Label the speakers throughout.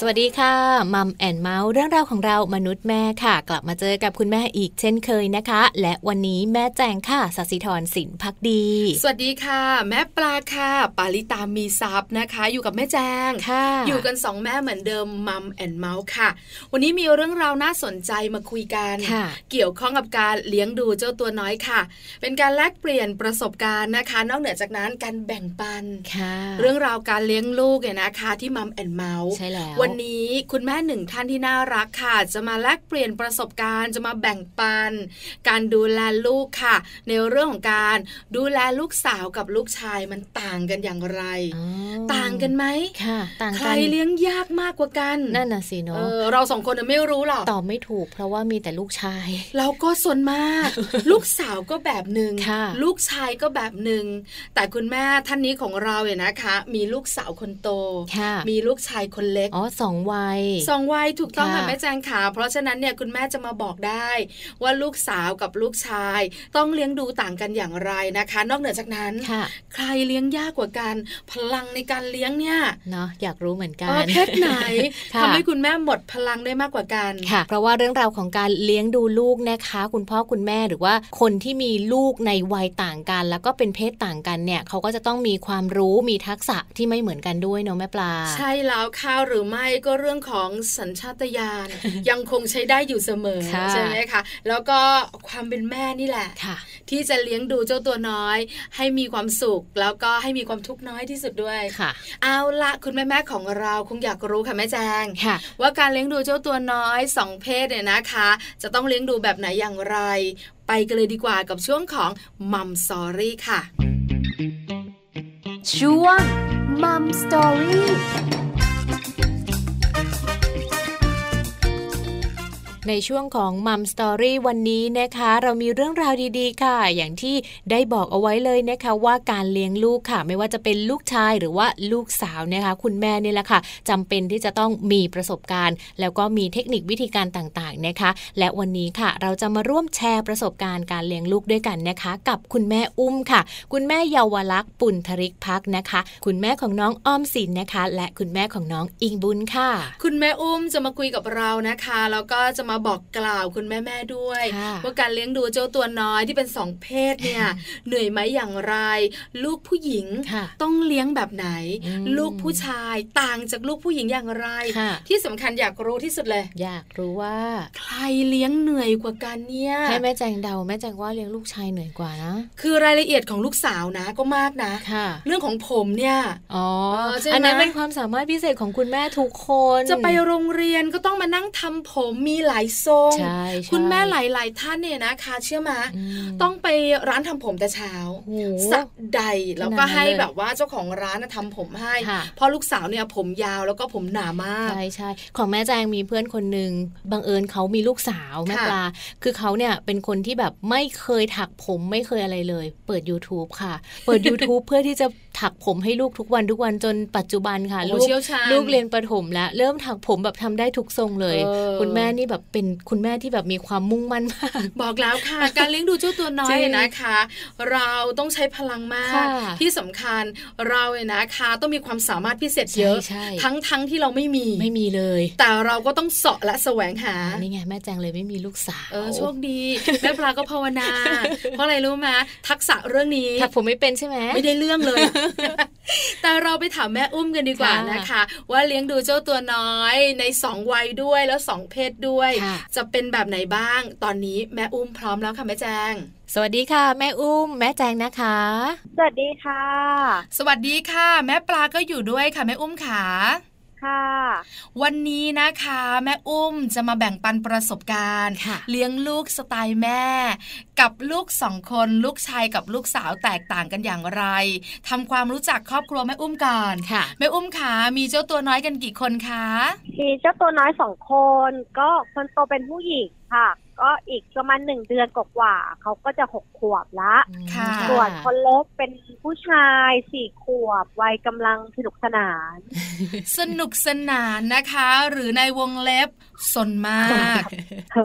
Speaker 1: สวัสดีค่ะมัมแอนเมาส์เรื่องราวของเรามนุษย์แม่ค่ะ กลับมาเจอกับคุณแม่อีกเช่นเคยนะคะ และวันนี้แม่แจงค่ะสัสิธรสินพักดี
Speaker 2: สวัสดีค่ะ แม่ปลาค่ะ ปาลิตามีซับนะคะ อยู่กับแม่แจง
Speaker 1: ค่ะ
Speaker 2: อยู่กันสองแม่เหมือนเดิมมัมแอนเมาส์ค่ะ วันนี้มีเรื่องราวน่าสนใจมาคุยกัน
Speaker 1: ค่ะ
Speaker 2: เกี่ยวข้องกับการเลี้ยงดูเจ้าตัวน้อยค่ะ เป็นการแลกเปลี่ยนประสบการณ์นะคะ นอกเหนือจากนั้นการแบ่งปัน
Speaker 1: ค่ะ
Speaker 2: เรื่องราวการเลี้ยงลูกเนี่ยนะคะ ที่มัมแอนเมาส์
Speaker 1: ใช่แล้ว
Speaker 2: วันนี้คุณแม่หนึ่งท่านที่น่ารักค่ะ จะมาแลกเปลี่ยนประสบการณ์ จะมาแบ่งปัน การดูแลลูกค่ะ ในเรื่องของการดูแลลูกสาวกับลูกชายมันต่างกันอย่างไร
Speaker 1: อ๋อ
Speaker 2: ต่างกันไหม
Speaker 1: ค่ะต่าง
Speaker 2: ใคร
Speaker 1: กัน
Speaker 2: เลี้ยงยากมากกว่ากัน
Speaker 1: นั่นน่ะสิ
Speaker 2: เอ
Speaker 1: เนาะ
Speaker 2: อเราสองคนน่ะไม่รู้หรอก
Speaker 1: ตอบไม่ถูกเพราะว่ามีแต่ลูกชาย
Speaker 2: เราก็ส่วนมาก ลูกสาวก็แบบหนึ่ง
Speaker 1: ค่ะ
Speaker 2: ลูกชายก็แบบหนึ่งแต่คุณแม่ท่านนี้ของเราเนี่ยนะคะ มีลูกสาวคนโต
Speaker 1: ค่ะ
Speaker 2: มีลูกชายคนเล็ก
Speaker 1: อ๋อสองวัย
Speaker 2: สองวัยถูกต้องค่ะ
Speaker 1: ค่ะ
Speaker 2: แม่แจงขาเพราะฉะนั้นเนี่ยคุณแม่จะมาบอกได้ ว่าลูกสาวกับลูกชาย ต้องเลี้ยงดูต่างกันอย่างไรนะคะ นอกเหนือจากนั้น
Speaker 1: ค่ะ
Speaker 2: ใครเลี้ยงยากกว่ากัน พลังในการเลี้ยงเนี่ย
Speaker 1: เนาะอยากรู้เหมือนกั
Speaker 2: เออน เพศไหน
Speaker 1: ค่ะ
Speaker 2: ทำให้คุณแม่หมดพลังได้มากกว่ากัน
Speaker 1: ค่ะเพราะว่าเรื่องราวของการเลี้ยงดูลูกนะคะ คุณพ่อคุณแม่หรือว่าคนที่มีลูกในวัยต่างกัน แล้วก็เป็นเพศต่างกันเนี่ยเขาก็จะต้องมีความรู้มีทักษะที่ไม่เหมือนกันด้วยเนาะแม่ปลา
Speaker 2: ใช่แล้วค่ะหรือไม่ก็เรื่องของสัญชาตญา ณ ยังคงใช้ได้อยู่เสมอ
Speaker 1: ค่ะ
Speaker 2: ใช่ไหมคะแล้วก็ความเป็นแม่นี่แหละ
Speaker 1: ค่ะ
Speaker 2: ที่จะเลี้ยงดูเจ้าตัวน้อย ให้มีความสุข แล้วก็ให้มีความทุกข์น้อยที่สุดด้วย
Speaker 1: ค่ะ
Speaker 2: เอาละคุณแม่แม่ๆของเราคงอยากรู้ค่ะแม่แจง
Speaker 1: ค่ะ
Speaker 2: ว่าการเลี้ยงดูเจ้าตัวน้อยสองเพศเนี่ยนะคะ จะต้องเลี้ยงดูแบบไหนอย่างไร ไปกันเลยดีกว่ากับช่วงของมัมสอรี่ค่ะ
Speaker 3: ช่วงมัมสตอรี่
Speaker 1: ในช่วงของมัมสตอรี่วันนี้นะคะ เรามีเรื่องราวดีๆ ค่ะ อย่างที่ได้บอกเอาไว้เลยนะคะว่าการเลี้ยงลูกค่ะ ไม่ว่าจะเป็นลูกชายหรือว่าลูกสาวนะคะ คุณแม่เนี่ยแหละค่ะจำเป็นที่จะต้องมีประสบการณ์ แล้วก็มีเทคนิควิธีการต่างๆนะคะ และวันนี้ค่ะ เราจะมาร่วมแชร์ประสบการณ์การเลี้ยงลูกด้วยกันนะคะ กับคุณแม่อุ้มค่ะ คุณแม่เยาวลักษณ์ปุณธริกพักนะคะ คุณแม่ของน้องออมสินนะคะ และคุณแม่ของน้องอิงบุญค่ะ
Speaker 2: คุณแม่อุ้มจะมาคุยกับเรานะคะแล้วก็จะมาบอกกล่าวคุณแม่แม่ๆด้วย
Speaker 1: ค่ะ
Speaker 2: ว่าการเลี้ยงดูเจ้าตัวน้อยที่เป็นสองเพศเนี่ย เหนื่อยไหมอย่างไร ลูกผู้หญิง
Speaker 1: ค่ะ
Speaker 2: ต้องเลี้ยงแบบไหน
Speaker 1: อืม
Speaker 2: ลูกผู้ชายต่างจากลูกผู้หญิงอย่างไร
Speaker 1: ค่ะ
Speaker 2: ที่สำคัญอยากรู้ที่สุดเลย
Speaker 1: อยากรู้ว่า
Speaker 2: ใครเลี้ยงเหนื่อยกว่ากันเนี่ย
Speaker 1: ให้แม่แจงเดาแม่แจงว่าเลี้ยงลูกชายเหนื่อยกว่านะ
Speaker 2: คือรายละเอียดของลูกสาวนะก็มากนะ
Speaker 1: ค่ะ
Speaker 2: เรื่องของผมเนี่ย
Speaker 1: อ๋อ
Speaker 2: เออใช่ไหม
Speaker 1: อันนั้นเป็นความสามารถพิเศษของคุณแม่ทุกคน
Speaker 2: จะไปโรงเรียนก็ต้องมานั่งทำผมมีหลายทรง
Speaker 1: ใช่ใช่
Speaker 2: คุณแม่หลายๆท่านเนี่ยนะคะเชื่อมา
Speaker 1: อืม
Speaker 2: ต้องไปร้านทำผมแต่เช้า
Speaker 1: โอ้โห
Speaker 2: สักใดแล้วก็
Speaker 1: ขนาดนั้น
Speaker 2: ให้
Speaker 1: เลย
Speaker 2: แบบว่าเจ้าของร้านน่ะทำผมให้
Speaker 1: ค่ะ
Speaker 2: เพราะลูกสาวเนี่ยผมยาวแล้วก็ผมหนามาก
Speaker 1: ใช่ใช่ของแม่แจงมีเพื่อนคนหนึ่งบังเอิญเขามีลูกสาวแม่
Speaker 2: ค่ะ
Speaker 1: ปลา คือเขาเนี่ยเป็นคนที่แบบไม่เคยถักผมไม่เคยอะไรเลย เปิด YouTube ค่ะ เปิด YouTube เพื่อที่จะถักผมให้ลูกทุกวันทุกวันจนปัจจุบันค่ะ
Speaker 2: โอ้
Speaker 1: ลูก
Speaker 2: เชี่ยวชาญ
Speaker 1: ลูกเรียนประถมแล้วเริ่มถักผมแบบทำได้ทุกทรงเลย
Speaker 2: เออ
Speaker 1: คุณแม่นี่แบบเป็นคุณแม่ที่แบบมีความมุ่งมั่นมาก
Speaker 2: บอกแล้วค่ะ การเลี้ยงดูเจ้าตัวน้อ
Speaker 1: จริ
Speaker 2: ย
Speaker 1: ง
Speaker 2: นะคะ เราต้องใช้พลังมาก
Speaker 1: ค่ะ
Speaker 2: ที่สำคัญเราเนี่ยนะคะต้องมีความสามารถพิเศษเยอะ
Speaker 1: ใช่ใช่
Speaker 2: ทั้งทั้งที่เราไม่มี
Speaker 1: ไม่มีเลย
Speaker 2: แต่เราก็ต้องเสาะและแสวงหา
Speaker 1: นี่ไงแม่แจงเลยไม่มีลูกสาว
Speaker 2: เออโชคดีแม่ปลาก็ภาวนา เพราะอะไรรู้มาทักษะเรื่องนี้
Speaker 1: ถักผมไม่เป็นใช่ไหม
Speaker 2: ไม่ได้เรื่องเลย แต่เราไปถามแม่อุ้มกันดีกว่า
Speaker 1: ค่ะ
Speaker 2: นะคะ ว่าเลี้ยงดูเจ้าตัวน้อยในสองวัยด้วยแล้วสองเพศด้วย
Speaker 1: ค่ะ
Speaker 2: จะเป็นแบบไหนบ้าง ตอนนี้แม่อุ้มพร้อมแล้วค่ะแม่แจง
Speaker 1: สวัสดีค่ะ แม่อุ้ม แม่แจงนะคะ
Speaker 4: สวัสดีค่ะ
Speaker 2: สวัสดีค่ะ แม่ปลาก็อยู่ด้วยค่ะแม่อุ้มขา
Speaker 4: ค่ะ
Speaker 2: วันนี้นะคะ แม่อุ้มจะมาแบ่งปันประสบการณ์
Speaker 1: ค่ะ
Speaker 2: เลี้ยงลูกสไตล์แม่ กับลูกสองคนลูกชายกับลูกสาวแตกต่างกันอย่างไรทำความรู้จักครอบครัวแม่อุ้มก่อน
Speaker 1: ค่ะ
Speaker 2: แม่อุ้มขามีเจ้าตัวน้อยกันกี่คนคะ
Speaker 4: มีเจ้าตัวน้อยสองคน ก็คนโตเป็นผู้หญิงค่ะ ก็อีกประมาณหนึ่งเดือนกว่าๆเขาก็จะหกขวบละ
Speaker 2: ค่ะ
Speaker 4: ส่วนคนเล็กเป็นผู้ชายสี่ขวบวัยกำลังสนุกสนาน
Speaker 2: สนุกสนานนะคะ หรือในวงเล็บสนมาก
Speaker 4: ค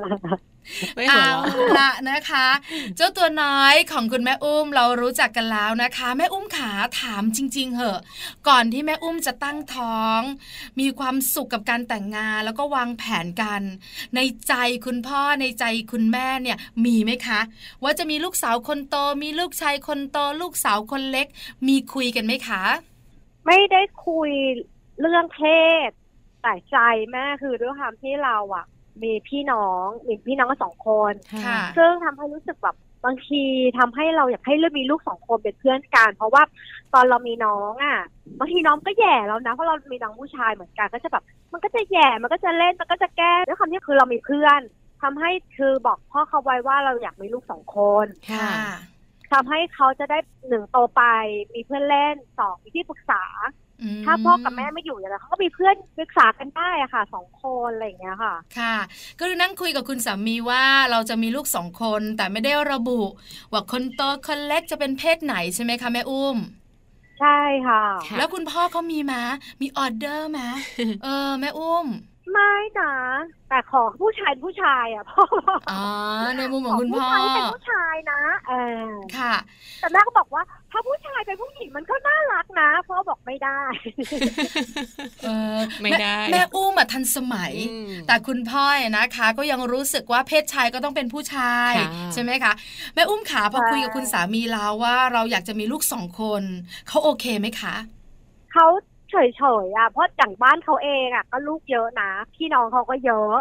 Speaker 1: ไม่หัว
Speaker 2: เอา
Speaker 1: เราะ
Speaker 2: ละนะคะ เจ้าตัวน้อยของคุณแม่อุ้มเรารู้จักกันแล้วนะคะ แม่อุ้มขาถามจริง ๆ เหอะ ก่อนที่แม่อุ้มจะตั้งท้อง มีความสุขกับการแต่งงานแล้วก็วางแผนกัน ในใจคุณพ่อในใจคุณแม่เนี่ยมีไหมคะ ว่าจะมีลูกสาวคนโตมีลูกชายคนโตลูกสาวคนเล็ก มีคุยกันไหมคะ
Speaker 4: ไม่ได้คุยเรื่องเพศ แต่ใจแม่คือด้วยความที่เราอะมีพี่น้องมีพี่น้องสองคน
Speaker 2: ค่ะ
Speaker 4: ซึ่งทำให้รู้สึกแบบบางทีทำให้เราอยากให้เลือกมีลูกสองคนเป็นเพื่อนกัน เพราะว่าตอนเรามีน้องอ่ะบางทีน้องก็แย่แล้วนะเพราะเรามีน้องผู้ชายเหมือนกันก็จะแบบ มันก็จะแย่มันก็จะเล่นมันก็จะแกล้งด้วยความที่คือเรามีเพื่อนทำให้คือบอกพ่อเขาไว้ว่าเราอยากมีลูกสองคน
Speaker 1: ค่ะ
Speaker 4: ทำให้เขาจะได้หนึ่งโตไปมีเพื่อนเล่นสองมีที่ปรึกษา
Speaker 2: อืม
Speaker 4: ถ้าพ่อกับแม่ไม่อยู่อย่างไรเขาก็มีเพื่อนปรึกษากันได้อะค่ะสองคนอะไรอย่างเงี้ยค่ะ
Speaker 2: ค่ะก็คือนั่งคุยกับคุณสามีว่าเราจะมีลูกสองคนแต่ไม่ได้ระบุ ว่าคนโตคนเล็กจะเป็นเพศไหนใช่ไหมคะแม่อุ้ม
Speaker 4: ใช่ค่ะ
Speaker 1: ค่ะ
Speaker 2: แล้วคุณพ่อเขามีมา มีออเดอร์มา เออแม่อุ้ม
Speaker 4: ไม่นะ แต่ของผู้ชายผู้ชายอ่ะ พ่อ
Speaker 2: อ๋อในมุมของคุณพ่อ
Speaker 4: ผู้ชายเป็นผู้ชายนะเออ
Speaker 2: ค่ะ
Speaker 4: แต่แม่ก็บอกว่า ถ้าผู้ชายเป็นผู้หญิงมันก็น่ารักนะพ่อบอกไม่ได้
Speaker 2: เออ
Speaker 1: ไม่ได้
Speaker 2: แแม่อุ้มอะทันสมัย
Speaker 1: อืม
Speaker 2: แต่คุณพ่อเนี่ยนะคะ ก็ยังรู้สึกว่าเพศชายก็ต้องเป็นผู้ชาย
Speaker 1: ค่ะ
Speaker 2: ใช่ไหมคะแม่อุ้มขาพอ
Speaker 4: ใช่
Speaker 2: คุยกับคุณสามีแล้วว่าเราอยากจะมีลูกสองคนเขาโอเคไหมคะ
Speaker 4: เขาเฉยๆอ่ะเพราะอย่างบ้านเขาเองอ่ะก็ลูกเยอะนะพี่น้องเขาก็เยอะ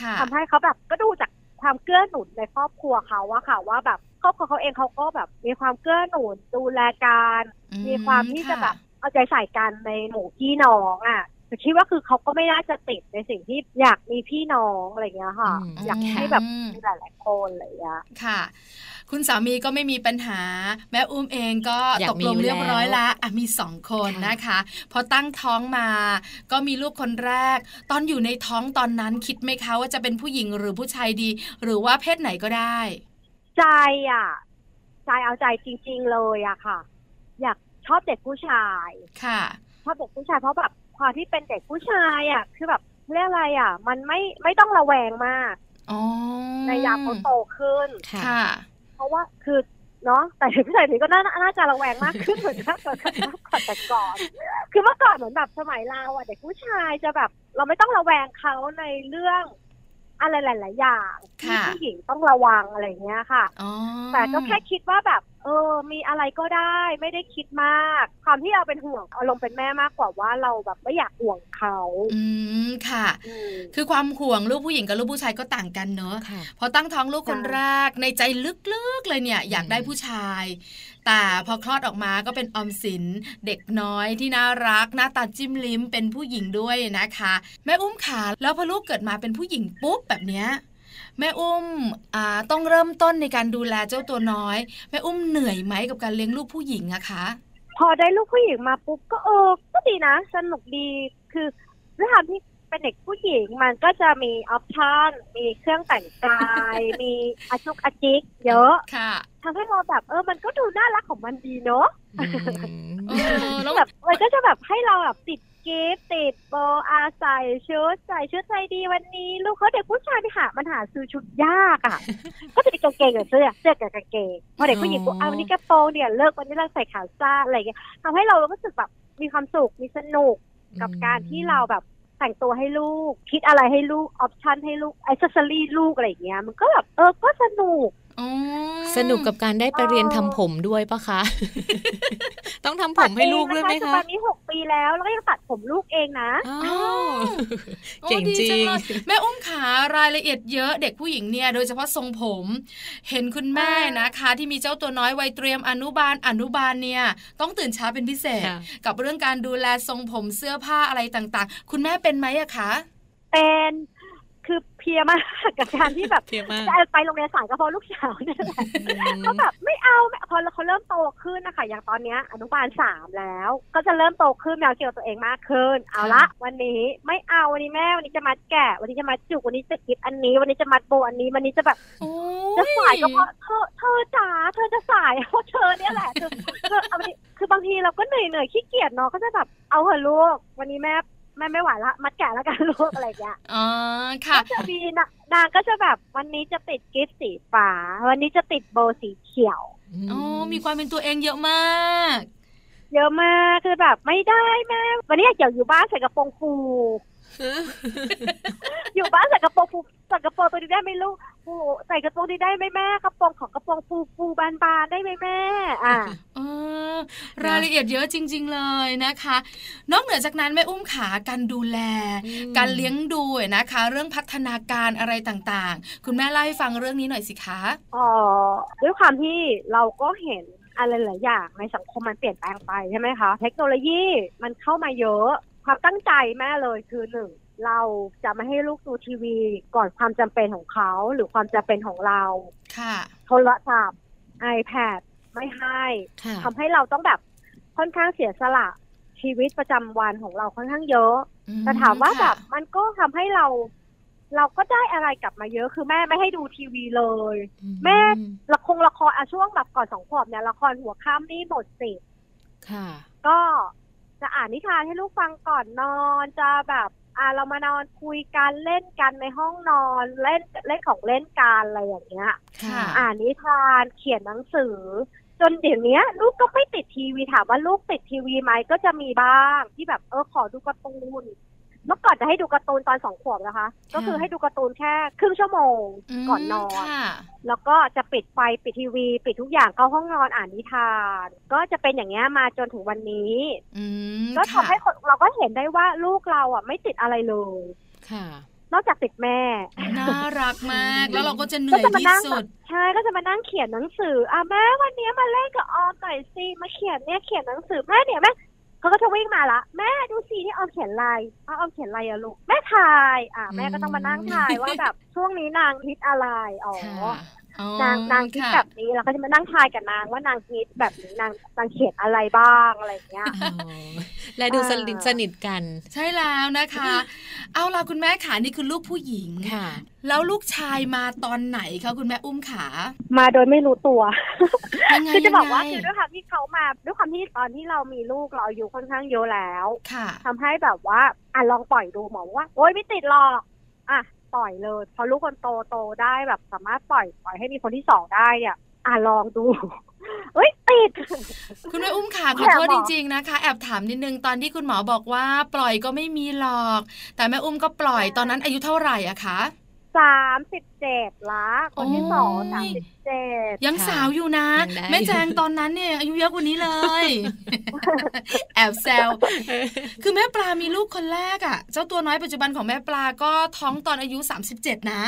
Speaker 2: ค่ะ
Speaker 4: ทำให้เขาแบบก็ดูจากความเกื้อหนุนในครอบครัวเขาอะค่ะ ว่าแบบครอบครัวเขาเองเขาก็แบบมีความเกื้อหนุนดูแลกัน
Speaker 2: อื
Speaker 4: มีความที่จะ
Speaker 2: ค่
Speaker 4: แบบเอาใจใส่กันในหมู่พี่น้องอ่ะแต่คิดว่าคือเขาก็ไม่น่าจะติดในสิ่งที่อยากมีพี่น้องอะไรอย่างเงี้ยค่ะ
Speaker 1: อืม
Speaker 4: อยากให้แบบ
Speaker 2: อืม
Speaker 4: มีหลายๆคนอะไรอย่างเงี้ย
Speaker 2: ค่ะ คุณสามีก็ไม่มีปัญหา แม่อุ้มเองก็
Speaker 1: อยา
Speaker 2: ต
Speaker 1: ก
Speaker 2: ก
Speaker 1: มี
Speaker 2: ล
Speaker 1: อ
Speaker 2: ง
Speaker 1: ยู่
Speaker 2: เรียบร้อย
Speaker 1: แล้
Speaker 2: ละ
Speaker 1: ว
Speaker 2: อ่ะมีสองคน
Speaker 1: ค่ะ
Speaker 2: นะคะ พอตั้งท้องมา ก็มีลูกคนแรก ตอนอยู่ในท้องตอนนั้นคิดไหมคะว่าจะเป็นผู้หญิงหรือผู้ชายดี หรือว่าเพศไหนก็ได้
Speaker 4: ใจอ่ะ ใจเอาใจจริง ๆ เลยอะค่ะ อยากชอบเด็กผู้ชาย
Speaker 2: ค่ะ
Speaker 4: ชอบเด็กผู้ชายเพราะแบบความที่เป็นเด็กผู้ชายอ่ะ คือแบบเรียกอะไรอ่ะ มันไม่ไม่ต้องระแวงมาก
Speaker 2: อ๋อ
Speaker 4: ในยามเขาโตขึ้น
Speaker 1: ค่ะ
Speaker 2: ค่ะ
Speaker 4: เพราะว่าคือเนาะแต่เด็กผู้ชายนี้ก็น่าน่าจะระแวงมากขึ้นเหมือนกันก่อนแต่ก่อน คือเมื่อก่อนเหมือนแบบสมัยเราอ่ะเด็กผู้ชายจะแบบ เราไม่ต้องระแวงเขาในเรื่องอะไรหลาย ๆ อย่างที่
Speaker 2: ค่ะ
Speaker 4: ผู้หญิงต้องระวังอะไรอย่างเงี้ยค่ะ
Speaker 2: อ๋อ
Speaker 4: แต่ก็แค่คิดว่าแบบ เออ มีอะไรก็ได้ ไม่ได้คิดมาก ความที่เราเป็นห่วงอารมณ์เป็นแม่มากกว่าว่าเราแบบไม่อยากห่วงเขา
Speaker 2: อืมค่ะ
Speaker 4: อืม
Speaker 2: คือความห่วงลูกผู้หญิงกับลูกผู้ชายก็ต่างกันเนอะ
Speaker 1: ค่ะ
Speaker 2: พอตั้งท้องลูกคน
Speaker 4: ใช่
Speaker 2: แรกในใจลึกๆเลยเนี่ย อยากได้ผู้ชาย แต่พอคลอดออกมาก็เป็นออมสินเด็กน้อยที่น่ารัก หน้าตาจิ้มลิ้มเป็นผู้หญิงด้วยนะคะ แม่อุ้มขาแล้วพอลูกเกิดมาเป็นผู้หญิงปุ๊บแบบเนี้ยแม่อุ้มอ่าต้องเริ่มต้นในการดูแลเจ้าตัวน้อย แม่อุ้มเหนื่อยไหมกับการเลี้ยงลูกผู้หญิงอะคะ
Speaker 4: พอได้ลูกผู้หญิงมาปุ๊บก็เออ ก็ดีนะ สนุกดีคือด้วยความที่เป็นเด็กผู้หญิงมันก็จะมีออปชั่นมีเครื่องแต่งกาย มีอาชุกอาจิก เยอะ
Speaker 2: ค่ะ
Speaker 4: ทำให้เราแบบเออมันก็ดูน่ารักของมันดีเนาะ
Speaker 1: อืม
Speaker 2: เอ อแล้ว
Speaker 4: แบบมันก็จะแบบให้เราแบบติดเกฟติดโบอาใส่ชุดใส่ชุดใจดีวันนี้ ลูกเขาเด็กผู้ชายไปหามันหาซื้อชุดยาก อ่ะ ก็จะมีกางเกงกับเสื้อเสื้อกับกางเกงพอเด็กผู้หญิงปุ๊บ
Speaker 1: อ๋อ
Speaker 4: เอาวันนี้กระโปรงเนี่ยเลิกวันนี้เราใส่ขาสั้นอะไรอย่างเงี้ยทำให้เรารู้สึกแบบมีความสุขมีสนุก กับการที่เราแบบแต่งตัวให้ลูก คิดอะไรให้ลูก ออปชันให้ลูกไอซ์ซอรี่ลูกอะไรอย่างเงี้ยมันก็แบบเออก็สนุก
Speaker 2: อืม
Speaker 1: สนุกกับการได้ไปเรียนทำผมด้วยปะคะ ต้องทำผมให้ลูกด้วยไหม
Speaker 4: ตัดเองน
Speaker 1: คะ
Speaker 4: ตอนนี้หกปีแล้วแล้วก็ยังตัดผมลูกเองนะ
Speaker 1: อ้าว
Speaker 2: โอ้
Speaker 1: เก่ง
Speaker 2: ดี
Speaker 1: จริ
Speaker 2: จั
Speaker 1: ง
Speaker 2: เลยแม่อุ้มขารายละเอียดเยอะเด็กผู้หญิงเนี่ย โดยเฉพาะทรงผม เห็นคุณแม่นะคะ ที่มีเจ้าตัวน้อยวัยเตรียมอนุบาลอนุบาลเนี่ย ต้องตื่นเช้าเป็นพิเศษ
Speaker 1: ค่ะ
Speaker 2: กับเรื่องการดูแลทรงผมเสื้อผ้าอะไรต่างๆ คุณแม่เป็นไหมอะคะ
Speaker 4: เป็นคือเพลียมาก กับการที่ แบบ
Speaker 1: เพียมาก
Speaker 4: จะไปโรงเรียนสายก็เพราะลูกสาวเนี่ยแหละก็แบบไม่เอาไม่เอาพอเขาเริ่มโตขึ้นนะคะอย่างตอนเนี้ยอนุบาลสามแล้ว ก็จะเริ่มโตขึ้นแนวคิดกับตัวเองมากขึ้น เอาละวันนี้ไม่เอาวันนี้แม่วันนี้จะมัดแกะวันนี้จะมัดจุกวันนี้จะกิบอันนี้ วันนี้จะมัดโบอันนี้วันนี้จะแบบ
Speaker 2: โอ้
Speaker 4: จะสายก็เพราะเธอเธอจ๋าเธอจะสาย เพราะเธอเนี่ยแหละคือเธอเอาไปคือบางทีเราก็เหนื่อยเหนื่อยขี้เกียจเนาะก็จะแบบเอาเถอะลูกวันนี้แม่ ไม่ไม่ไหวละมัดแกะแล้วกันลูกอะไรอย่างเงี้ย
Speaker 2: อ๋อค่ะ
Speaker 4: จะมีนะนางก็จะแบบวันนี้จะติดกิฟต์สีฟ้า วันนี้จะติดโบว์สีเขียว
Speaker 2: อ๋อ มีความเป็นตัวเองเยอะมาก
Speaker 4: เยอะมากคือแบบไม่ได้แม่วันนี้อยากอยากอยู่บ้านใส่กระโปรงฟู อยู่บ้านใส่กระโปรงฟูใส่กระโปรงตัวนี้ได้ไหมลูกฟูใส่กระโปรงนี้ได้ไหมแม่กระโปรงของกระโปรงฟูฟูบานบานๆได้ไหมแม่ อ่า
Speaker 2: เออรายละเอียดเยอะจริง ๆ เลยนะคะ นอกเหนือจากนั้นแม่อุ้มขาการดูแล
Speaker 1: อืม
Speaker 2: การเลี้ยงดูนะคะ เรื่องพัฒนาการอะไรต่างๆ คุณแม่เล่าให้ฟังเรื่องนี้หน่อยสิคะ
Speaker 4: เอ่อด้วยความที่เราก็เห็นอะไรหลายอย่างในสังคมมันเปลี่ยนแปลงไปใช่ไหมคะ เทคโนโลยีมันเข้ามาเยอะความตั้งใจแม่เลยคือหนึ่งเราจะไม่ให้ลูกดูทีวีก่อนความจำเป็นของเขาหรือความจำเป็นของเรา
Speaker 2: ค่ะ
Speaker 4: โทรศัพท์ iPad ไม่ให้
Speaker 1: ค่ะ
Speaker 4: ทำให้เราต้องแบบค่อนข้างเสียสละชีวิตประจำวันของเราค่อนข้างเยอะ
Speaker 2: อื
Speaker 4: แต่ถามว่าแบบ
Speaker 2: ค่ะ
Speaker 4: มันก็ทำให้เรา เราก็ได้อะไรกลับมาเยอะคือแม่ไม่ให้ดูทีวีเลย แม่
Speaker 1: อื
Speaker 4: ละครละครอะช่วงแบบก่อนสองขวบเนี่ยละครหัวข้ามนี่หมดสิทธิ์
Speaker 1: ค่ะ
Speaker 4: ก็จะอ่านนิทานให้ลูกฟังก่อนนอนจะแบบอ่าเรามานอนคุยกันเล่นกันในห้องนอนเล่นเล่นของเล่นกันอะไรอย่างเงี้ย
Speaker 1: ค่ะ
Speaker 2: ค่ะ
Speaker 4: อ่านนิทานเขียนหนังสือ จนเดี๋ยวเนี้ย ลูกก็ไม่ติดทีวีถามว่าลูกติดทีวีไหมก็จะมีบ้างที่แบบเออขอดูการ์ตูนเมื่อก่อนจะให้ดูการ์ตูนตอนสองขวบนะคะ ก็คือให้ดูการ์ตูนแค่ครึ่งชั่วโมง
Speaker 2: ม
Speaker 4: ก่อนนอน
Speaker 2: ค่ะ
Speaker 4: แล้วก็จะปิดไฟปิดทีวี ปิดทุกอย่างเข้าห้องนอนอ่านนิทาน ก็จะเป็นอย่างเงี้ยมาจนถึงวันนี้
Speaker 2: อืม
Speaker 4: ก็ทำให้
Speaker 2: ค่ะ
Speaker 4: คนเราก็เห็นได้ว่าลูกเราอ่ะไม่ติดอะไรเลย
Speaker 1: ค่ะ
Speaker 4: นอกจากติดแม่
Speaker 2: น่ารักมาก แล้วเราก็จะเหนื่
Speaker 4: ก็
Speaker 2: อย
Speaker 4: จะมา
Speaker 2: ที่
Speaker 4: นั่ง
Speaker 2: สุ
Speaker 4: แบบ
Speaker 2: ด
Speaker 4: ใช่ก็จะมานั่งเขียนหนังสืออ่ะแม่วันนี้มาเล่นกับออมหน่อยสิมาเขียนเนี่ยเขียนหนังสือแม่เนี่ยแม่เขาก็จะวิ่งมาละแม่ดูสิที่ออมเขียนอะไรอ่ะออมเขียนอะไรอะลูกแม่ถ่ายอ่ะแม่ก็ต้องมานั่งถ่ายว่า แบบช่วงนี้นางฮิตอะไรอ๋อ
Speaker 1: ค่ะ
Speaker 2: อ๋อน
Speaker 4: างนางคิด
Speaker 2: ค่ะ
Speaker 4: แบบนี้เราก็จะมานั่งทายกับนางว่านางคิดแบบนี้นางนางเขียนอะไรบ้างอะไรอย่างเงี้ย
Speaker 1: อ๋อและดูสนิท
Speaker 4: อ่า
Speaker 1: สนิทกัน
Speaker 2: ใช่แล้วนะคะ เอาล่ะคุณแม่ขานี่คือลูกผู้หญิง
Speaker 1: ค่ะ
Speaker 2: แล้วลูกชายมาตอนไหนคะคุณแม่อุ้มขา
Speaker 4: มาโดยไม่รู้ตัว
Speaker 2: ยังไง
Speaker 4: คือจะบอกว่า
Speaker 2: ยัง
Speaker 4: คือ
Speaker 2: ไง
Speaker 4: ด้วยความที่เขามาด้วยความที่ตอนที่เรามีลูกเราอายุค่อนข้างเยอะแล้ว
Speaker 2: ค่ะ
Speaker 4: ทำให้แบบว่าอ่ะลองปล่อยดูหมอบอกว่าโอ๊ยไม่ติดหรอกอ่ะปล่อยเลยพอลูกคนโตโตได้แบบสามารถปล่อยปล่อยให้มีคนที่สองได้เนี่ยอ่ะลองดู เอ้ยติด
Speaker 2: คุณแม่อุ้มขาข
Speaker 4: แถ
Speaker 2: อ
Speaker 4: ม
Speaker 2: โทษ
Speaker 4: หมอ
Speaker 2: จริงๆนะคะ แอบถามนิดนึงตอนที่คุณหมอบอกว่า ปล่อยก็ไม่มีหรอก แต่แม่อุ้มก็ปล่อยตอนนั้นอายุเท่าไหร่อะคะ
Speaker 4: สามสิบเจ็ดละคนที่สอง
Speaker 2: โอ้ย
Speaker 4: สามสิบเจ็ด
Speaker 2: ยัง
Speaker 1: ค่ะ
Speaker 2: สาวอยู่นะ
Speaker 1: ยังได้
Speaker 2: แม่แจงตอนนั้นเนี่ยอายุเยอะกว่านี้เลย แอบแซวคือแม่ปลามีลูกคนแรกอะเจ้าตัวน้อยปัจจุบันของแม่ปลาก็ท้องตอนอายุ 37 นะ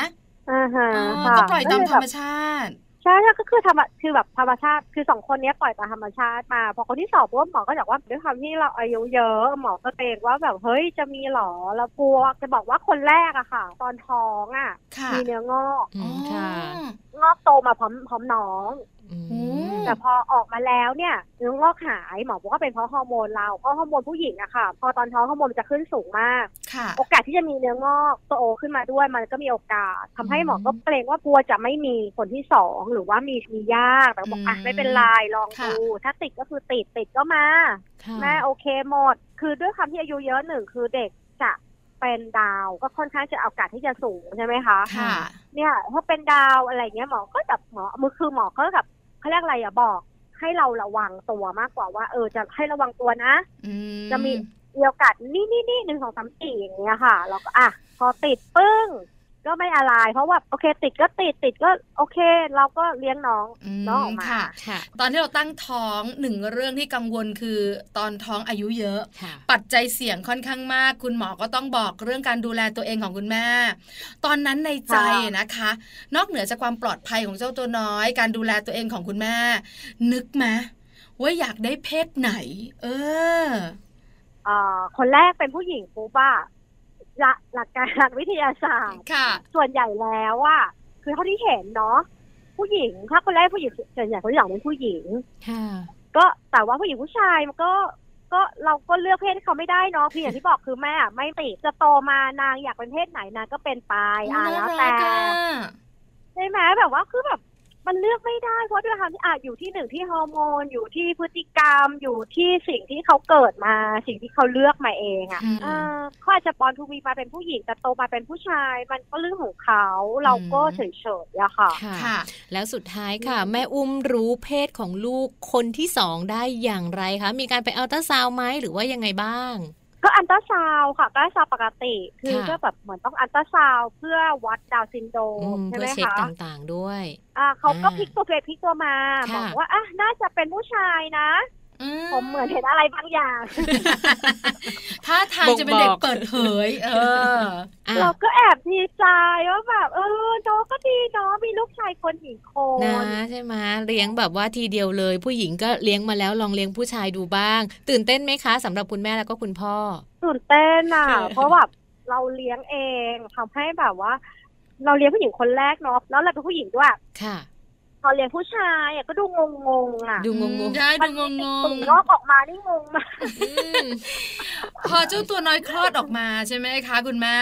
Speaker 4: อ่าฮะ
Speaker 2: เออ
Speaker 4: ค่ะ
Speaker 2: ก็ปล่อยตามธร
Speaker 4: ก็เลย
Speaker 2: รม
Speaker 4: แบบ
Speaker 2: ชาติ
Speaker 4: ใช่ใช่ก็คือธรรมคือแบบธรรมชาติคือสองคนเนี้ยปล่อยตามธรรมชาติมาพอคนที่สอบว่าหมอก็บอกว่าด้วยความที่เราอายุเยอะหมอก็เกรงว่าแบบเฮ้ยจะมีหรอแล้วกลัวจะบอกว่าคนแรกอะค่ะ ตอนท้องอะ
Speaker 2: ค่ะ
Speaker 4: มีเนื้องอก
Speaker 1: อืมค่ะ
Speaker 2: อ๋อง
Speaker 4: อกโตมาพร้อมพร้อมน้อง
Speaker 1: อืม
Speaker 4: แต่พอออกมาแล้วเนี่ยเนื้องอกหายหมอบอกว่าเป็นเพราะฮอร์โมนเราเพราะฮอร์โมนผู้หญิงอะค่ะ พอตอนท้องฮอร์โมนมันจะขึ้นสูงมาก
Speaker 2: ค่ะ
Speaker 4: โอกาสที่จะมีเนื้องอกโตขึ้นมาด้วยมันก็มีโอกาสทำให้หมอก็เกรงว่ากลัวจะไม่มีคนที่สองหรือว่ามีมียากแต่บอกอ่ะ
Speaker 2: อืม
Speaker 4: ไม่เป็นไรลอง
Speaker 2: ค่ะ
Speaker 4: ดู ถ้าติดก็คือติดติดก็มา
Speaker 1: ค่ะ
Speaker 4: แม่โอเคหมด คือด้วยความที่อายุเยอะหนึ่งคือเด็กจะเป็นดาวก็ค่อนข้างจะโอกาสที่จะสูงใช่ไหมคะ
Speaker 2: ค่ะ
Speaker 4: เนี่ยถ้าเป็นดาวอะไรเงี้ยหมอก็แบบหมอมือคือหมอก็แบบเขาเรียกอะไรอะบอก ให้เราระวังตัวมากกว่าว่า เออจะให้ระวังตัวนะ
Speaker 2: อื
Speaker 4: จะมี มีโอกาสนี่นี่นี่หนึ่งสองสามสี่อย่างเงี้ยค่ะเราก็อ่ะพอติดปึ้ง ก็ไม่อะไร เพราะว่าโอเคติดก็ติดติดก็โอเค เราก็เลี้ยงน้อง น้องออกมา
Speaker 2: ค่ะ
Speaker 1: ค่ะ
Speaker 2: ตอนที่เราตั้งท้องหนึ่งเรื่องที่กังวลคือตอนท้องอายุเยอะ
Speaker 1: ค่ะ
Speaker 2: ปัจจัยเสี่ยงค่อนข้างมาก คุณหมอก็ต้องบอกเรื่องการดูแลตัวเองของคุณแม่ ตอนนั้นในใจนะคะ นอกเหนือจากความปลอดภัยของเจ้าตัวน้อย การดูแลตัวเองของคุณแม่ นึกไหมว่าอยากได้เพศไหน เออ
Speaker 4: เอ่อคนแรกเป็นผู้หญิงปุ๊บอะหลักหลักการวิทยาศาสตร์
Speaker 2: ค่ะ
Speaker 4: ส่วนใหญ่แล้วอะคือเท่าที่เห็นเนาะผู้หญิงถ้าคนแรกผู้หญิงส่วนใหญ่คนที่สองเป็นผู้หญิง
Speaker 1: ค่ะ
Speaker 4: ก็แต่ว่าผู้หญิงผู้ชายมันก็ก็เราก็เลือกเพศที่เขาไม่ได้เนาะพี่อย่างที่บอกคือแม่อะไม่ติดจะโตมานางอยากเป็นเพศไหนนางก็เป็นไปอ่ะแล้วแต่
Speaker 2: น่ารักอะ
Speaker 4: ใช่ไหมแบบว่าคือแบบ มันเลือกไม่ได้เพราะด้วยความที่อาจอยู่ที่หนึ่งที่ฮอร์โมน อยู่ที่พฤติกรรม อยู่ที่สิ่งที่เขาเกิดมา สิ่งที่เขาเลือกมาเองอะ
Speaker 2: อืม
Speaker 4: เออเขาอาจจะปอนทูวีมาเป็นผู้หญิงแต่โตมาเป็นผู้ชาย มันก็เรื่องของเขาเราก็
Speaker 1: อืม
Speaker 4: เฉยๆอะค่ะ
Speaker 1: ค่ะ
Speaker 2: ค่ะ
Speaker 1: แล้วสุดท้ายค่ะ แม่อุ้มรู้เพศของลูกคนที่สองได้อย่างไรคะ มีการไปอัลตราซาวด์ไหมหรือว่ายังไงบ้าง
Speaker 4: ก็อันตราซาวด์ค่ะอันตราซาวด์ปกติ คือ
Speaker 1: ค่ะ
Speaker 4: ก็แบบเหมือนต้องอันตราซาวด์เพื่อวัดดาวน์ซินโดร
Speaker 1: อื
Speaker 4: ม
Speaker 1: ม
Speaker 4: ใช่
Speaker 1: เพื่
Speaker 4: ไห
Speaker 1: อ
Speaker 4: ม
Speaker 1: เช็ค
Speaker 4: คะ
Speaker 1: ต่างๆด้วย
Speaker 4: อ่าเขาก็
Speaker 1: อ่า
Speaker 4: พลิกตัวไปพลิกตัวมา
Speaker 1: ค่ะ
Speaker 4: บอกว่าอ่ะน่าจะเป็นผู้ชายนะ
Speaker 2: อื
Speaker 4: ผมเหมือนเห็นอะไรบางอย่าง
Speaker 2: ท่าทางจะเป็นเด็ก
Speaker 1: บ่งบอก
Speaker 2: เปิดเผย เออ
Speaker 1: อ่ะ
Speaker 4: เราก็แอบดีใจว่าแบบเออน้องก็ดีเนาะมีลูกชายคนหญิงคน
Speaker 1: นะใช่ไหมเลี้ยงแบบว่าทีเดียวเลย ผู้หญิงก็เลี้ยงมาแล้วลองเลี้ยงผู้ชายดูบ้าง ตื่นเต้นไหมคะสำหรับคุณแม่แล้วก็คุณพ่อ
Speaker 4: ตื่นเต้นอ่ะ
Speaker 2: เออ
Speaker 4: เพราะแบบเราเลี้ยงเองทำให้แบบว่า เราเลี้ยงผู้หญิงคนแรกเนาะแล้วเราเป็นผู้หญิงด้วย
Speaker 1: ค่ะ
Speaker 4: พอเลี้ยงผู้ชายอ่ะก็ดูงงงๆอ่ะ
Speaker 1: ดูงงๆ
Speaker 2: ได้ดูงง
Speaker 4: ตุ่
Speaker 2: ง
Speaker 4: มงอกออกมานี่งงมาก
Speaker 1: อืม
Speaker 2: พอเจ้าตัวน้อยคลอดออกมาใช่ไหมคะคุณแม่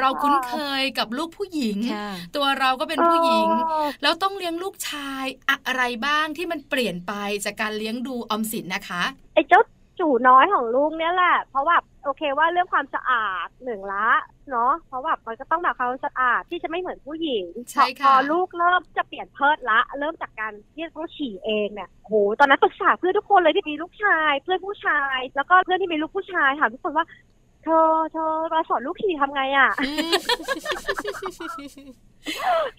Speaker 2: เราคุ้นเคยกับลูกผู้หญิง
Speaker 1: ค่ะ
Speaker 2: ตัวเราก็เป็นผู้หญิง
Speaker 4: เออ
Speaker 2: แล้วต้องเลี้ยงลูกชายอะไรบ้างที่มันเปลี่ยนไปจากการเลี้ยงดูออมสินนะคะ
Speaker 4: ไอ้เจ้าจู่น้อยของลุงเนี่ยแหละ เพราะว่าโอเคว่าเรื่องความสะอาดหนึ่งละเนาะเพราะแบบมันก็ต้องแบบความสะอาดที่จะไม่เหมือนผู้หญิง
Speaker 2: ใช่
Speaker 4: พอ
Speaker 2: ค่ะ
Speaker 4: ลูกเริ่มจะเปลี่ยนเพิดละ เริ่มจากการที่จะต้องฉี่เองเนี่ยโหตอนนั้นปรึกษาเพื่อนทุกคนเลยที่มีลูกชาย เพื่อนผู้ชาย แล้วก็เพื่อนที่มีลูกผู้ชายถามทุกคนว่า เธอเธอเราสอนลูกฉี่ทำไงอ่ะ
Speaker 1: อื ม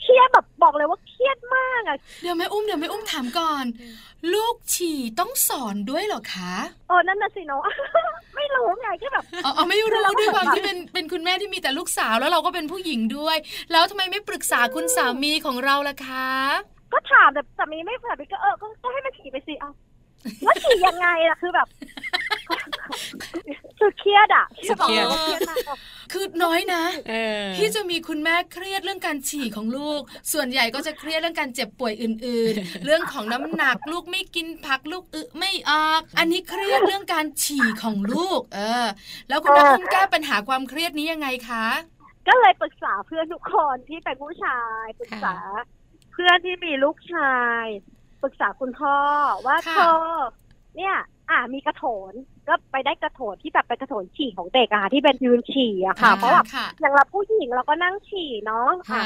Speaker 4: เครียดแบบบอกเลยว่าเครียดมากอ่ะ
Speaker 2: เดี๋ยวแม่อุ้มเดี๋ยวแม่อุ้มถามก่อน ลูกฉี่ต้องสอนด้วยเหรอคะ
Speaker 4: เออนั่นน่ะสิเนาะ ไม่รู้ไงก็แบบ
Speaker 2: เอาเอาไม่รู้
Speaker 4: เราก็
Speaker 2: ด้วยความ
Speaker 4: แบบ
Speaker 2: ที่เป็นเป็นคุณแม่ที่มีแต่ลูกสาวแล้วเราก็เป็นผู้หญิงด้วย แล้วทำไมไม่ปรึกษาคุณสามีของเราล่ะคะ
Speaker 4: ก็ถามแต่สามีไม่ถามก็เออก็ก็ให้มันฉี่ไปสิเอาว่าฉี่ยังไงล่ะคือแบบ คือเครียดอ่ะ
Speaker 2: สุดเครียด
Speaker 4: เครียดมาก
Speaker 2: คือน้อยนะ
Speaker 1: เออ
Speaker 2: ที่จะมีคุณแม่เครียดเรื่องการฉี่ของลูก ส่วนใหญ่ก็จะเครียดเรื่องการเจ็บป่วยอื่น ๆ เรื่องของน้ำหนักลูกไม่กินผักลูกอึไม่ออก อันนี้เครียดเรื่องการฉี่ของลูก เออ แล้วคุณแม่อุ้มแก้ปัญหาความเครียดนี้ยังไงคะ
Speaker 4: ก็เลยปรึกษาเพื่อนทุกคนที่เป็นผู้ชายปรึกษา เพื่อนที่มีลูกชายปรึกษาคุณพ่อว่า
Speaker 2: ค่ะ
Speaker 4: เธอเนี่ย อ่ามีกระโถนก็ไปได้กระโถนที่แบบเป็นกระโถนฉี่ของเด็กอะค่ะที่เป็นยืนฉี่อะค่ะ
Speaker 1: อ่า
Speaker 4: เพราะแบบ
Speaker 2: ค่ะ
Speaker 4: อย่างเราผู้หญิงเราก็นั่งฉี่เนาะอ่ะ
Speaker 1: ค่ะ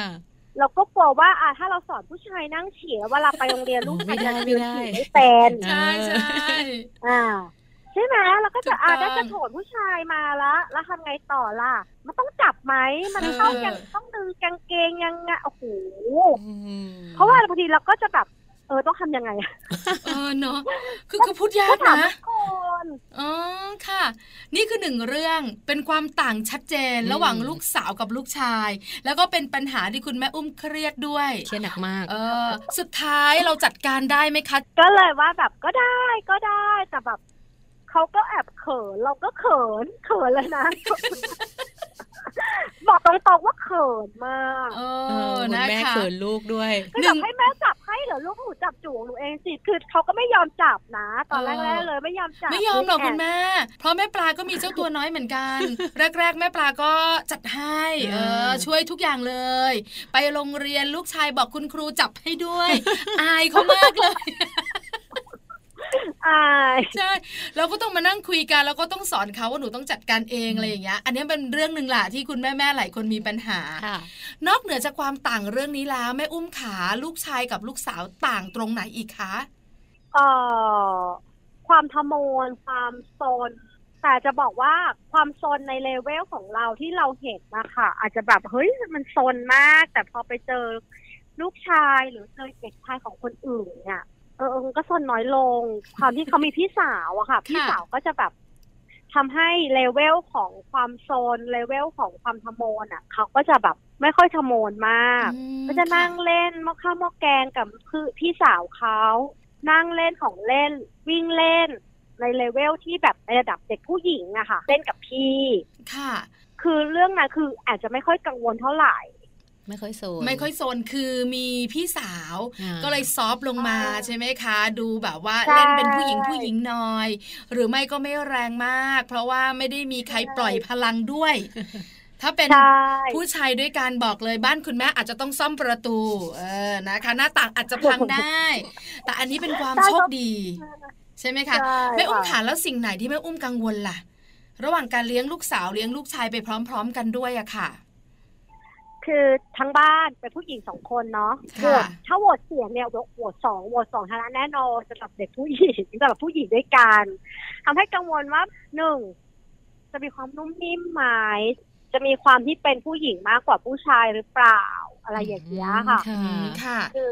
Speaker 4: เราก็กลัวว่าอ่ะถ้าเราสอนผู้ชายนั่งเฉียเวลาไปโรงเรียน ลูก
Speaker 1: ไม่
Speaker 4: ชาย
Speaker 1: ได้
Speaker 4: จะยืนฉี่
Speaker 1: ไม่ได้
Speaker 4: ไม่เป็น
Speaker 2: ใช่ใช่
Speaker 4: อ่าใช่ไหมเราก็
Speaker 2: ถู
Speaker 4: จะ
Speaker 2: กต้อง
Speaker 4: อ่าได้กระโถนผู้ชายมาละแล้วทำไงต่อล่ะ มันต้องจับไหมมันเข้ายังต้องดึงกางเกงยังไงโอ้โห
Speaker 1: อืม
Speaker 4: เพราะว่าบางทีเราก็จะแบบเออต้องทำยังไงอะ
Speaker 2: เออเนอะคือคือพูดยา
Speaker 4: ก็
Speaker 2: ก
Speaker 4: ถาม
Speaker 2: นะ
Speaker 4: ทุกคน
Speaker 2: อ๋อค่ะ นี่คือหนึ่งเรื่องเป็นความต่างชัดเจน
Speaker 1: อืม
Speaker 2: ระหว่างลูกสาวกับลูกชาย แล้วก็เป็นปัญหาที่คุณแม่อุ้มเครียดด้วย
Speaker 1: เครียดหนักมาก
Speaker 2: เออสุด ท้ายเราจัดการได้ไหมคะ
Speaker 4: ก็เลยว่าแบบก็ได้ก็ได้แต่แบบเขาก็แอบเขินเราก็เขินเขินเลยนะ บอกตรงๆว่าเขินมาก
Speaker 2: เอ
Speaker 1: เอ
Speaker 2: อ
Speaker 1: อคุณ
Speaker 2: นะ
Speaker 1: แม่
Speaker 2: คะ
Speaker 1: เขินลูกด้วย
Speaker 4: ก็อยากให้แม่จับให้เหรอลูกหนูจับจูของหนูเองสิคือเขาก็ไม่ยอมจับนะ ตอนแรกๆเลยไม่ยอมจับ
Speaker 2: ไม่ยอมหรอก
Speaker 4: แ
Speaker 2: คุณแม่ เพราะแม่ปลาก็มีเจ้าตัวน้อยเหมือนกัน แรก ๆ แม่ปลาก็จัดให้เอ
Speaker 1: เอ
Speaker 2: อ
Speaker 1: อ
Speaker 2: ช่วยทุกอย่างเลย ไปโรงเรียนลูกชายบอกคุณครูจับให้ด้วย อายเขามากเลย
Speaker 4: อาย
Speaker 2: ใช่เราก็ต้องมานั่งคุยกันแล้วก็ต้องสอนเขาว่าหนูต้องจัดการเองอะไรอย่างเงี้ยอันนี้เป็นเรื่องหนึ่งแหละที่คุณแม่แม่ๆหลายคนมีปัญหา
Speaker 1: ค่ะ
Speaker 2: นอกเหนือจากความต่างเรื่องนี้แล้วแม่อุ้มขาลูกชายกับลูกสาวต่างตรงไหนอีกคะ
Speaker 4: เอ่อความทะโมนความโซน แต่จะบอกว่าความโซนในเลเวลของเราที่เราเห็นนะคะอาจจะแบบเฮ้ยมันโซนมาก แต่พอไปเจอลูกชายหรือเจอเด็กชายของคนอื่นเนี่ยเออเออมันก็โซนน้อยลง ความที่เขามีพี่สาวอะค่ะ พี่สาวก็จะแบบทำให้เลเวลของความโซนเลเวลของความทะโมนอะเขาก็จะแบบไม่ค่อยทะโมนมาก
Speaker 2: อืม
Speaker 4: ก็จะนั่งเล่นหมอข้าวหมอแกงกับคือพี่สาวเขานั่งเล่นของเล่น วิ่งเล่น ในเลเวลที่แบบในระดับเด็กผู้หญิงอะค่ะ เล่นกับพี่
Speaker 2: ค่ะ
Speaker 4: คือเรื่องนั้นคืออาจจะไม่ค่อยกังวลเท่าไหร่
Speaker 1: ไม่ค่อยโซน
Speaker 2: ไม่ค่อยโซนคือมีพี่สาว
Speaker 1: อ่า
Speaker 2: ก็เลยซอฟต์ลงมาใช่ไหมคะ ดูแบบว่า
Speaker 4: ใช่
Speaker 2: เล่นเป็นผู้หญิงผู้หญิงหน่อย หรือไม่ก็ไม่แรงมาก เพราะว่าไม่ได้มีใครปล่อยพลังด้วย ถ้าเป็น
Speaker 4: ใช่
Speaker 2: ผู้ชายด้วยการบอกเลยบ้านคุณแม่อาจจะต้องซ่อมประตู เออนะคะ หน้าต่างอาจจะพังได้ แต่อันนี้เป็นความโชคดี ใช่ไหมคะ
Speaker 4: ใช่
Speaker 2: แม่อุ้มขา
Speaker 4: ค่ะ
Speaker 2: แล้วสิ่งไหนที่แม่อุ้มกังวลล่ะ ระหว่างการเลี้ยงลูกสาวเลี้ยงลูกชายไปพร้อม ๆ กันด้วยอะค่ะ
Speaker 4: คือทั้งบ้านเป็นผู้หญิงสองคนเนาะ
Speaker 2: ค่ะ
Speaker 4: โหวตถ้าโหวตเสียงเนี่ยโหวตโหวตสองโหวตสองชนะแน่นอนสำหรับเด็กผู้หญิง สำหรับผู้หญิงด้วยกันทำให้กังวลว่าหนึ่งจะมีความนุ่มนิ่มไหมจะมีความที่เป็นผู้หญิงมากกว่าผู้ชายหรือเปล่าอะไรอย่างเงี้ยค่ะ
Speaker 1: อื
Speaker 2: อืม
Speaker 1: มค่ะ
Speaker 2: ค่ะ
Speaker 4: คือ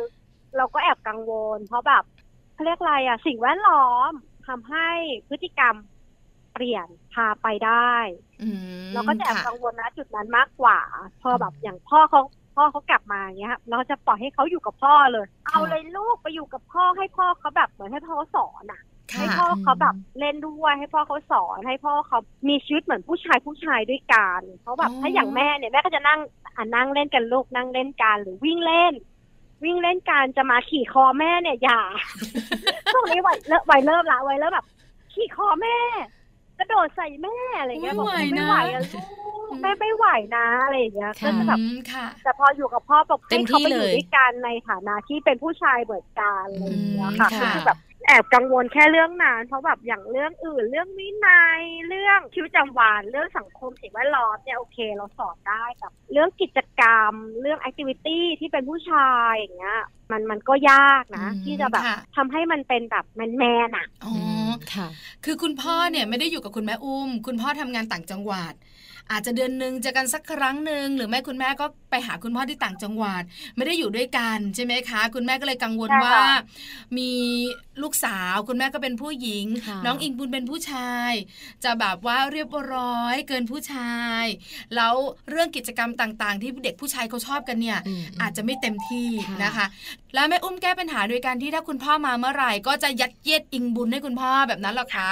Speaker 4: เราก็แอบกังวล เพราะแบบเขาเรียกอะไรอะสิ่งแวดล้อมทำให้พฤติกรรมเปลี่ยนพาไปได้
Speaker 2: อืม
Speaker 4: เราก็จะแอบ
Speaker 2: ค่ะ
Speaker 4: กังวลนะจุดนั้นมากกว่า พอแบบอย่างพ่อเขาพ่อเขากลับมาอย่างเงี้ยครับเราจะปล่อยให้เขาอยู่กับพ่อเลย เอาเลยลูกไปอยู่กับพ่อให้พ่อเขาแบบเหมือนให้พ่อเขาสอนอะให้
Speaker 2: ค่ะ
Speaker 4: พ่อเขาแบบเล่นด้วยให้พ่อเขาสอน ให้พ่อเขามีชีวิตเหมือนผู้ชายผู้ชายด้วยกันเพราะแบบ
Speaker 2: อ๋อ
Speaker 4: ถ้าอย่างแม่เนี่ยแม่ก็จะนั่งอ่านั่งเล่นกันลูกนั่งเล่นกันหรือวิ่งเล่น วิ่งเล่นการจะมาขี่คอแม่เนี่ยอย่า ช่วงนี้วัยเริ่มวัยเริ่มละวัยเริ่มแบบขี่คอแม่ กระโดดใส่แม่อะไรเงี้ย
Speaker 2: ไม่
Speaker 4: บอก
Speaker 2: ไหว
Speaker 4: ไม่
Speaker 2: นะ
Speaker 4: ไหวอะลูกแม่ไม่ไหวนะอะไรอย่างเงี้ย
Speaker 1: ค่ะ
Speaker 4: ก็จะแบบ
Speaker 2: อืมค่ะ
Speaker 4: แต่พออยู่กับพ่อบอก
Speaker 1: เต็
Speaker 4: ให้
Speaker 1: มที่
Speaker 4: เขาไปอยู่
Speaker 1: เลย
Speaker 4: ด้วยกันในฐานะที่เป็นผู้ชายเบิดการอะไรอย่างเงี้ยค่ะ
Speaker 2: อืม
Speaker 4: ก็
Speaker 2: ค่ะ
Speaker 4: คือแบบแอบกังวลแค่เรื่องนั้นเพราะแบบอย่างเรื่องอื่น เรื่องวินัยเรื่องชีวิตประจำวันเรื่องสังคมสิ่งแวดล้อมเนี่ยโอเค เราสอนได้แต่เรื่องกิจกรรม เรื่องแอคทิวิตี้ที่เป็นผู้ชายอย่างเงี้ย มันมันก็ยากนะ
Speaker 2: อืม
Speaker 4: ที่จะแบบ
Speaker 2: ค่ะ
Speaker 4: ทำให้มันเป็นแบบแมนแมนๆอะ
Speaker 2: อ๋ออ
Speaker 1: ค่ะ
Speaker 2: คือคุณพ่อเนี่ยไม่ได้อยู่กับคุณแม่อุ้ม คุณพ่อทำงานต่างจังหวัด อาจจะเดือนหนึ่งเจอกันสักครั้งหนึ่งหรือไม่คุณแม่ก็ไปหาคุณพ่อที่ต่างจังหวัด ไม่ได้อยู่ด้วยกันใช่ไหมคะ คุณแม่ก็เลยกังวล
Speaker 4: ใช่ค่ะ
Speaker 2: ว่า มีลูกสาวคุณแม่ก็เป็นผู้หญิง
Speaker 1: ค่ะ
Speaker 2: น้องอิงบุญเป็นผู้ชาย จะแบบว่าเรียบร้อยเกินผู้ชาย แล้วเรื่องกิจกรรมต่างๆ ที่เด็กผู้ชายเขาชอบกันเนี่ย
Speaker 1: ม
Speaker 2: อาจจะไม่เต็มที่
Speaker 1: ค่ะ
Speaker 2: นะคะ แล้วแม่อุ้มแก้ปัญหาโดยการที่ถ้าคุณพ่อมาเมื่อไหร่ก็จะยัดเยียดอิงบุญให้คุณพ่อแบบนั้นเหรอคะ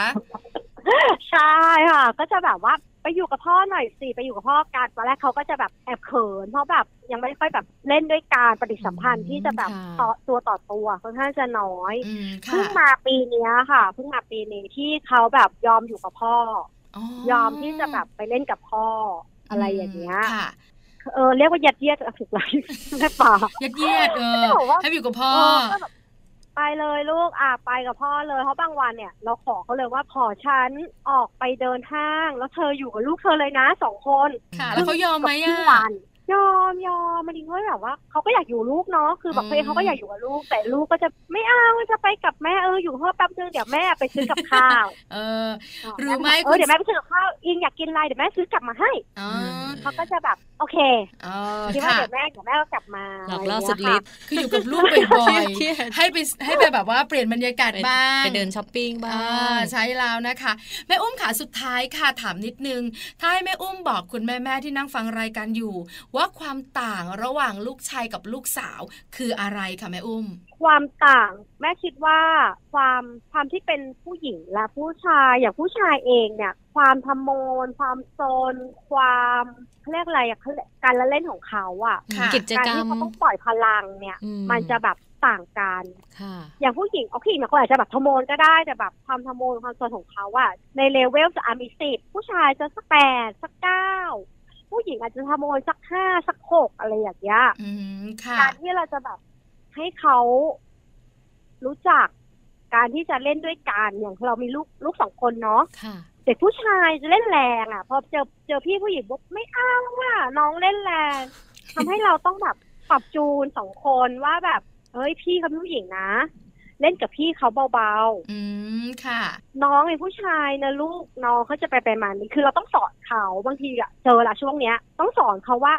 Speaker 4: ใช่ค่ะ ก็จะแบบว่าไปอยู่กับพ่อหน่อยสิไปอยู่กับพ่อกันตอนแรกเขาก็จะแบบแอบเขินเพราะแบบยังไม่ค่อยแบบเล่นด้วยการปฏิสัมพันธ์
Speaker 1: อืม
Speaker 4: ที่จะแบบ
Speaker 1: ค่ะ
Speaker 4: ต่อตัวต่อตัวค่อนข้างจะน้อย
Speaker 2: อืม
Speaker 4: เพิ่
Speaker 2: ค่ะ
Speaker 4: งมาปีเนี้ยค่ะเพิ่งมาปีนี้ที่เขาแบบยอมอยู่กับพ่อ ยอมที่จะแบบไปเล่นกับพ่ออะไรอย่างเงี้ย
Speaker 2: ค่ะ
Speaker 4: เออเรียกว่ายัดเยียดถูกไหม ใช่ปะ
Speaker 2: ยัดเยียดเออ
Speaker 4: ก็บอกว่า
Speaker 2: ให้อยู่กับพ่อ
Speaker 4: เออก็แบบไปเลยลูกอ่ะไปกับพ่อเลยเพราะบางวันเนี่ย เราขอเขาเลยว่าขอฉันออกไปเดินห้าง แล้วเธออยู่กับลูกเธอเลยนะสองคน
Speaker 2: ค่ะแล้วเขายอมไหม
Speaker 4: กับ
Speaker 2: อ่ะ
Speaker 4: พี่วันยอมยอมมันดีด้วยแบบว่าเขาก็อยากอยู่ลูกเนาะคือแบบ
Speaker 2: อืม
Speaker 4: เฮ้ยเขาก็อยากอยู่กับลูกแต่ลูกก็จะไม่เอาจะไปกับแม่เอออยู่พ่อแป๊บนึงเดี๋ยวแม่ไปซื้อกับข้าว
Speaker 2: เออ หรือไม่
Speaker 4: เอ
Speaker 2: คุ
Speaker 4: อ
Speaker 2: ณ
Speaker 4: เดี๋ยวแม่ไปซื้อกับข้าวอิงอยากกินอะไรเดี๋ยวแม่ซื้อกลับมาให้
Speaker 2: อ๋อ
Speaker 4: เขาก็จะแบบโอเค
Speaker 2: เออ
Speaker 4: คิดว่า
Speaker 2: ค่ะ
Speaker 4: เดี๋ยวแม่เดี๋ยวแม่ก็กลับมา
Speaker 1: หลอก
Speaker 4: ะไร
Speaker 1: ล่อ
Speaker 4: เงี้ย
Speaker 1: สุด
Speaker 4: ค่ะ
Speaker 1: ฤทธิ์
Speaker 2: คืออยู่กับลูกบ่อย
Speaker 1: เครียด
Speaker 2: ๆให้ไปให้ไปแบบว่าเปลี่ยนบรรยากาศ
Speaker 1: ไป
Speaker 2: บ้าง
Speaker 1: ไปเดินช้อปปิ้งบ้า
Speaker 2: อ่าง ใช่แล้วนะคะแม่อุ้มขาสุดท้ายค่ะถามนิดนึง ถ้าให้แม่อุ้มบอกคุณแม่แม่ๆที่นั่งฟังรายการอยู่ ว่าความต่างระหว่างลูกชายกับลูกสาว คืออะไรคะแม่อุ้ม
Speaker 4: ความต่างแม่คิดว่าความความที่เป็นผู้หญิงและผู้ชายอย่างผู้ชายเองเนี่ย ความทำโมน ความโซน ความเขาเรียกอะไรอะเขาเรียกการละเล่นของเขาอะ
Speaker 2: ค่ะ
Speaker 1: กิจ
Speaker 4: การ
Speaker 1: กรร
Speaker 4: ที่
Speaker 1: ม
Speaker 4: เขาต้องปล่อยพลังเนี่ย
Speaker 1: อื
Speaker 4: มันจะแบบต่างกัน
Speaker 1: ค่ะ
Speaker 4: อย่างผู้หญิงเอาผู้หญิงบางคนอาจจะแบบทำโมนก็ได้แต่แบบความทำโมนความโซนของเขาอะในเลเวลจะอาจมีสิบผู้ชายจะสักแปดสักเก้าผู้หญิงอาจจะทำโมนสักห้าสักหกอะไรอย่างเงี้ย
Speaker 2: อืมค่ะ
Speaker 4: การที่เราจะแบบให้เขารู้จักการที่จะเล่นด้วยกันอย่างเรามีลูกลูกสองคนเนาะ
Speaker 1: ค่ะ
Speaker 4: เด็กผู้ชายจะเล่นแรงอะ่ะ พอเจอเจอพี่ผู้หญิงบอกไม่เอาอ่ะน้องเล่นแรงทำให้เราต้องแบบปรับจูนสองคนว่าแบบเฮ้ยพี่เขาเป็นผู้หญิงนะ เล่นกับพี่เขาเบา
Speaker 2: อืมค่ะ
Speaker 4: ๆน้องเป็นผู้ชายนะลูกน้องเขาจะไปไปมานี้คือเราต้องสอนเขาบางทีอะเจอละช่วงเนี้ย ต้องสอนเขาว่า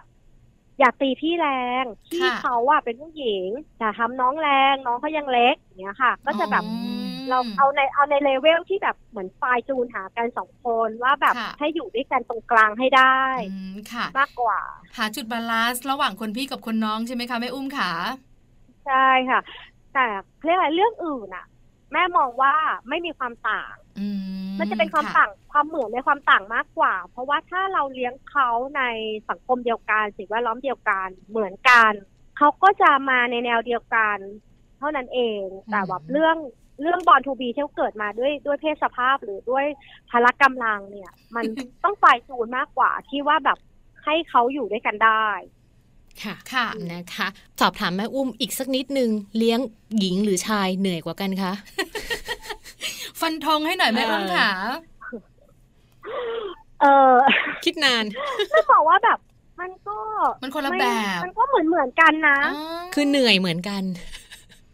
Speaker 4: อย่าตีพี่แรงพี่
Speaker 2: ค่ะ
Speaker 4: เขาอะเป็นผู้หญิงอย่าทำน้องแรงน้องเขายังเล็กอย่างเงี้ยค่ะ ก็จะแบบ
Speaker 2: อืม
Speaker 4: เราเอาในเอาในเลเวลที่แบบเหมือนปลายจูนหากันสองคนว่าแบบ
Speaker 2: ค่ะ
Speaker 4: ให้อยู่ด้วยกันตรงกลางให้ได้
Speaker 2: อืมค่ะ
Speaker 4: มากกว่า
Speaker 2: หาจุดบาลานซ์ระหว่างคนพี่กับคนน้องใช่ไหมคะแม่อุ้มขา
Speaker 4: ใช่ค่ะ แต่เรียกอะไรเรื่องอื่นอะแม่มองว่าไม่มีความต่าง
Speaker 2: อื
Speaker 4: มันจะเป็นความ
Speaker 2: ค่ะ
Speaker 4: ต่างความเหมือนในความต่างมากกว่า เพราะว่าถ้าเราเลี้ยงเขาในสังคมเดียวกันสิ่งแวดล้อมเดียวกันเหมือนกันเขาก็จะมาในแนวเดียวกัน เท่านั้นเองแต่แบบเรื่องเรื่องบอลทูบีที่เขาเกิดมาด้วยด้วยเพศสภาพหรือด้วยพละกำลังเนี่ย มัน ต้องปลายจูนมากกว่าที่ว่าแบบใคร ให้เขาอยู่ด้วยกันได้
Speaker 1: ค่ะ
Speaker 2: ค่ะ
Speaker 1: นะคะ สอบถามแม่อุ้มอีกสักนิดนึงเลี้ยงหญิงหรือชายเหนื่อยกว่ากันคะ
Speaker 2: ฟันธงให้หน่อยแม่
Speaker 1: เออ
Speaker 2: อ้อมค่ะ
Speaker 4: เออ
Speaker 1: คิดนาน
Speaker 4: ไม่บอกว่าแบบ มันก็
Speaker 2: มันคนละ
Speaker 4: ไม่
Speaker 2: แบบ
Speaker 4: มันก็เหมือนเหมือนกันนะ
Speaker 2: อ๋อ
Speaker 1: คือเหนื่อยเหมือนกัน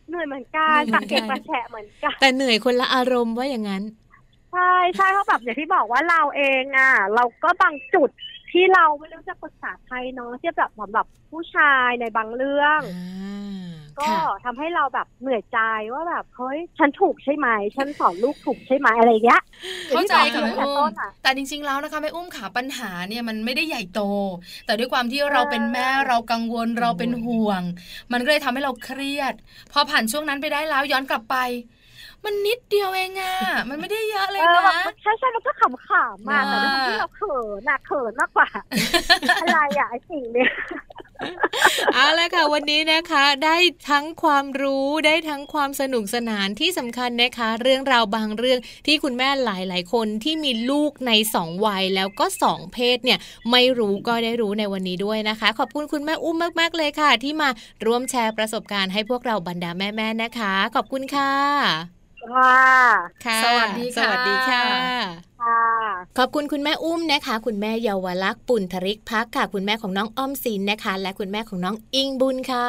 Speaker 4: เหนื่อยเหมือนกัน
Speaker 1: เหนื่
Speaker 4: ตั
Speaker 1: อย
Speaker 4: ก
Speaker 1: เห
Speaker 4: เก็บก
Speaker 1: มือนกัน
Speaker 4: ระแฉะเหมือนกัน
Speaker 1: แต่เหนื่อยคนละอารมณ์ว่าอย่างนั้น
Speaker 4: ใช่ใช่เขาะแบบอย่างที่บอกว่าเราเองอ่ะ เราก็บางจุดที่เราไม่รู้จะปรึกษาใครเนาะเทียบแบบสำหรับผู้ชายในบางเรื่อง
Speaker 1: อ่า
Speaker 4: ก็
Speaker 1: ค่ะ
Speaker 4: ทำให้เราแบบเหนื่อยใจว่าแบบเฮ้ยฉันถูกใช่ไหมฉันสอนลูกถูกใช่ไหมอะไรอย่างเงี้ย
Speaker 2: เข้าใจค่ะ
Speaker 4: อย่
Speaker 2: แม่
Speaker 4: งที่
Speaker 2: อุ้
Speaker 4: บ
Speaker 2: ม
Speaker 4: อกตั้งแต่ต้นอะ
Speaker 2: แต่จริงๆแล้วนะคะแม่อุ้มขาปัญหาเนี่ยมันไม่ได้ใหญ่โต แต่ด้วยความที่เราเป็นแม่เรากังวลเราเป็นห่วง มันก็เลยทำให้เราเครียด พอผ่านช่วงนั้นไปได้แล้วย้อนกลับไป มันนิดเดียวเอง อะมันไม่ได้เยอะเลย
Speaker 4: เออแบบ
Speaker 2: นะ
Speaker 4: ใช่ใช่มันก็ขำขำมา
Speaker 2: นะ
Speaker 4: แต่ด้วยความที่เราเขินอะเขินมากกว่า อะไรอะไอสิ่ง เนี้ย
Speaker 1: เอาละค่ะวันนี้นะคะ ได้ทั้งความรู้ได้ทั้งความสนุกสนานที่สำคัญนะคะ เรื่องราวบางเรื่องที่คุณแม่หลาย ๆ คนที่มีลูกในสองวัยแล้วก็สองเพศเนี่ย ไม่รู้ก็ได้รู้ในวันนี้ด้วยนะคะ ขอบคุณคุณแม่อุ้มมาก ๆ เลยค่ะ ที่มาร่วมแชร์ประสบการณ์ให้พวกเราบรรดาแม่ ๆ นะคะ ขอบคุณค่ะ
Speaker 4: ว่า
Speaker 1: ค่ะ
Speaker 2: สวัสดี
Speaker 1: ส
Speaker 2: ค่ะ
Speaker 1: วัสดีค่ะ
Speaker 4: ค่ะ
Speaker 1: ขอบคุณคุณแม่อุ้มนะคะ คุณแม่เยาวลักษณ์ปุณธริกพักค่ะ คุณแม่ของน้องอ้อมศินนะคะ และคุณแม่ของน้องอิงบุญค่ะ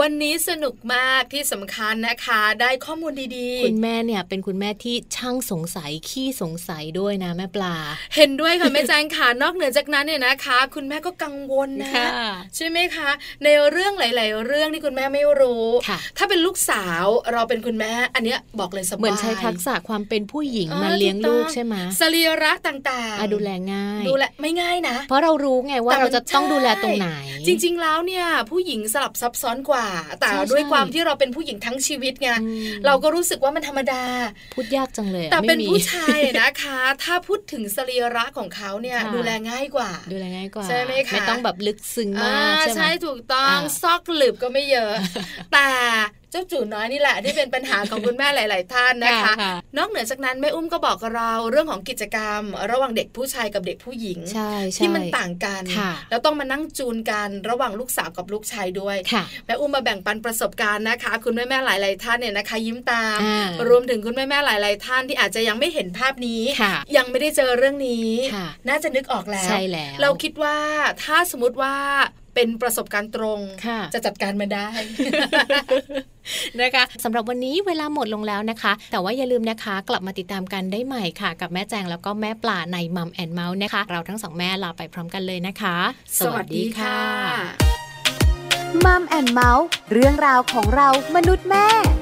Speaker 2: วันนี้สนุกมากที่สำคัญนะคะ ได้ข้อมูลดี
Speaker 1: คุณแม่เนี่ยเป็นคุณแม่ที่ช่างสงสัยขี้สงสัยด้วยนะแม่ปลา
Speaker 2: ๆ เห็นด้วยค่ะแม่แจงค่ะนอกเหนือจากนั้นเนี่ยนะคะ คุณแม่ก็กังวลนะ ใช่ไหมคะ ในเรื่องหลาย ๆ เรื่องที่คุณแม่ไม่รู้
Speaker 1: ค่ะ
Speaker 2: ถ้าเป็นลูกสาวเราเป็นคุณแม่ อันเนี้ยบอกเลยสบาย
Speaker 1: เหมือนใช้ทักษะความเป็นผู้หญิงมาเลี้ยงลูกใช่ไหม
Speaker 2: สรีระต่าง
Speaker 1: อ่ะดูแลง่าย
Speaker 2: ดูแลไม่ง่ายนะ
Speaker 1: เพราะเรารู้ไงว่า
Speaker 2: แต่มั
Speaker 1: เรา
Speaker 2: น
Speaker 1: จะต้อง
Speaker 2: ใช่
Speaker 1: ดูแลตรงไหน
Speaker 2: จริง ๆ แล้วเนี่ย ผู้หญิงสลับซับซ้อนกว่า แต่
Speaker 1: ใช่
Speaker 2: ด้วย
Speaker 1: ใช่
Speaker 2: ความที่เราเป็นผู้หญิงทั้งชีวิตไง
Speaker 1: อืม
Speaker 2: เราก็รู้สึกว่ามันธรรมดา
Speaker 1: พูดยากจังเลยอะ
Speaker 2: แต่เป็น
Speaker 1: ไม่มี
Speaker 2: ผู้ชายนะคะ ถ้าพูดถึงสรีระของเขาเนี่ย
Speaker 1: ค่ะ
Speaker 2: ดูแลง่ายกว่า
Speaker 1: ดูแลง่ายกว่า
Speaker 2: ใช่ไหมคะ
Speaker 1: ไม่ต้องแบบลึกซึ้ง
Speaker 2: อ่
Speaker 1: มากใช่ไหม
Speaker 2: ใช่ถูกต้อง
Speaker 1: อ่า
Speaker 2: ซอกหลืบก็ไม่เยอะ แต่เจ้าจู่น้อยนี่แหละที่เป็นปัญหาของคุณแม่หลาย ๆ ท่านนะคะ นอกเหนือจากนั้นแม่อุ้มก็บอกกับเราเรื่องของกิจกรรม ระหว่างเด็กผู้ชายกับเด็กผู้หญิง
Speaker 1: ใช่ใช่
Speaker 2: ที่มันต่างกัน
Speaker 1: ค่ะ
Speaker 2: แล้วต้องมานั่งจูนกันระหว่างลูกสาวกับลูกชายด้วย
Speaker 1: ค่ะ
Speaker 2: แม่อุ้มมาแบ่งปันประสบการณ์นะคะ คุณแม่แม่ๆหลาย ๆ ท่านเนี่ยนะคะ ยิ้มตาม
Speaker 1: อ่าร
Speaker 2: วมถึงคุณแม่แม่ๆหลาย ๆ ท่านที่อาจจะยังไม่เห็นภาพนี้
Speaker 1: ค่ะ
Speaker 2: ยังไม่ได้เจอเรื่องนี้
Speaker 1: ค่ะ
Speaker 2: น่าจะนึกออกแล้ว
Speaker 1: ใช่แล้ว
Speaker 2: เราคิดว่าถ้าสมมติว่าเป็นประสบการณ์ตรง
Speaker 1: ค่ะ
Speaker 2: จะจัดการมันได้
Speaker 1: นะคะสำหรับวันนี้เวลาหมดลงแล้วนะคะ แต่ว่าอย่าลืมนะคะ กลับมาติดตามกันได้ใหม่ค่ะ กับแม่แจงแล้วก็แม่ปลาในมัมแอนเมาส์นะคะ เราทั้งสองแม่ลาไปพร้อมกันเลยนะคะ
Speaker 3: มัมแอนเมาส์เรื่องราวของเรามนุษย์แม่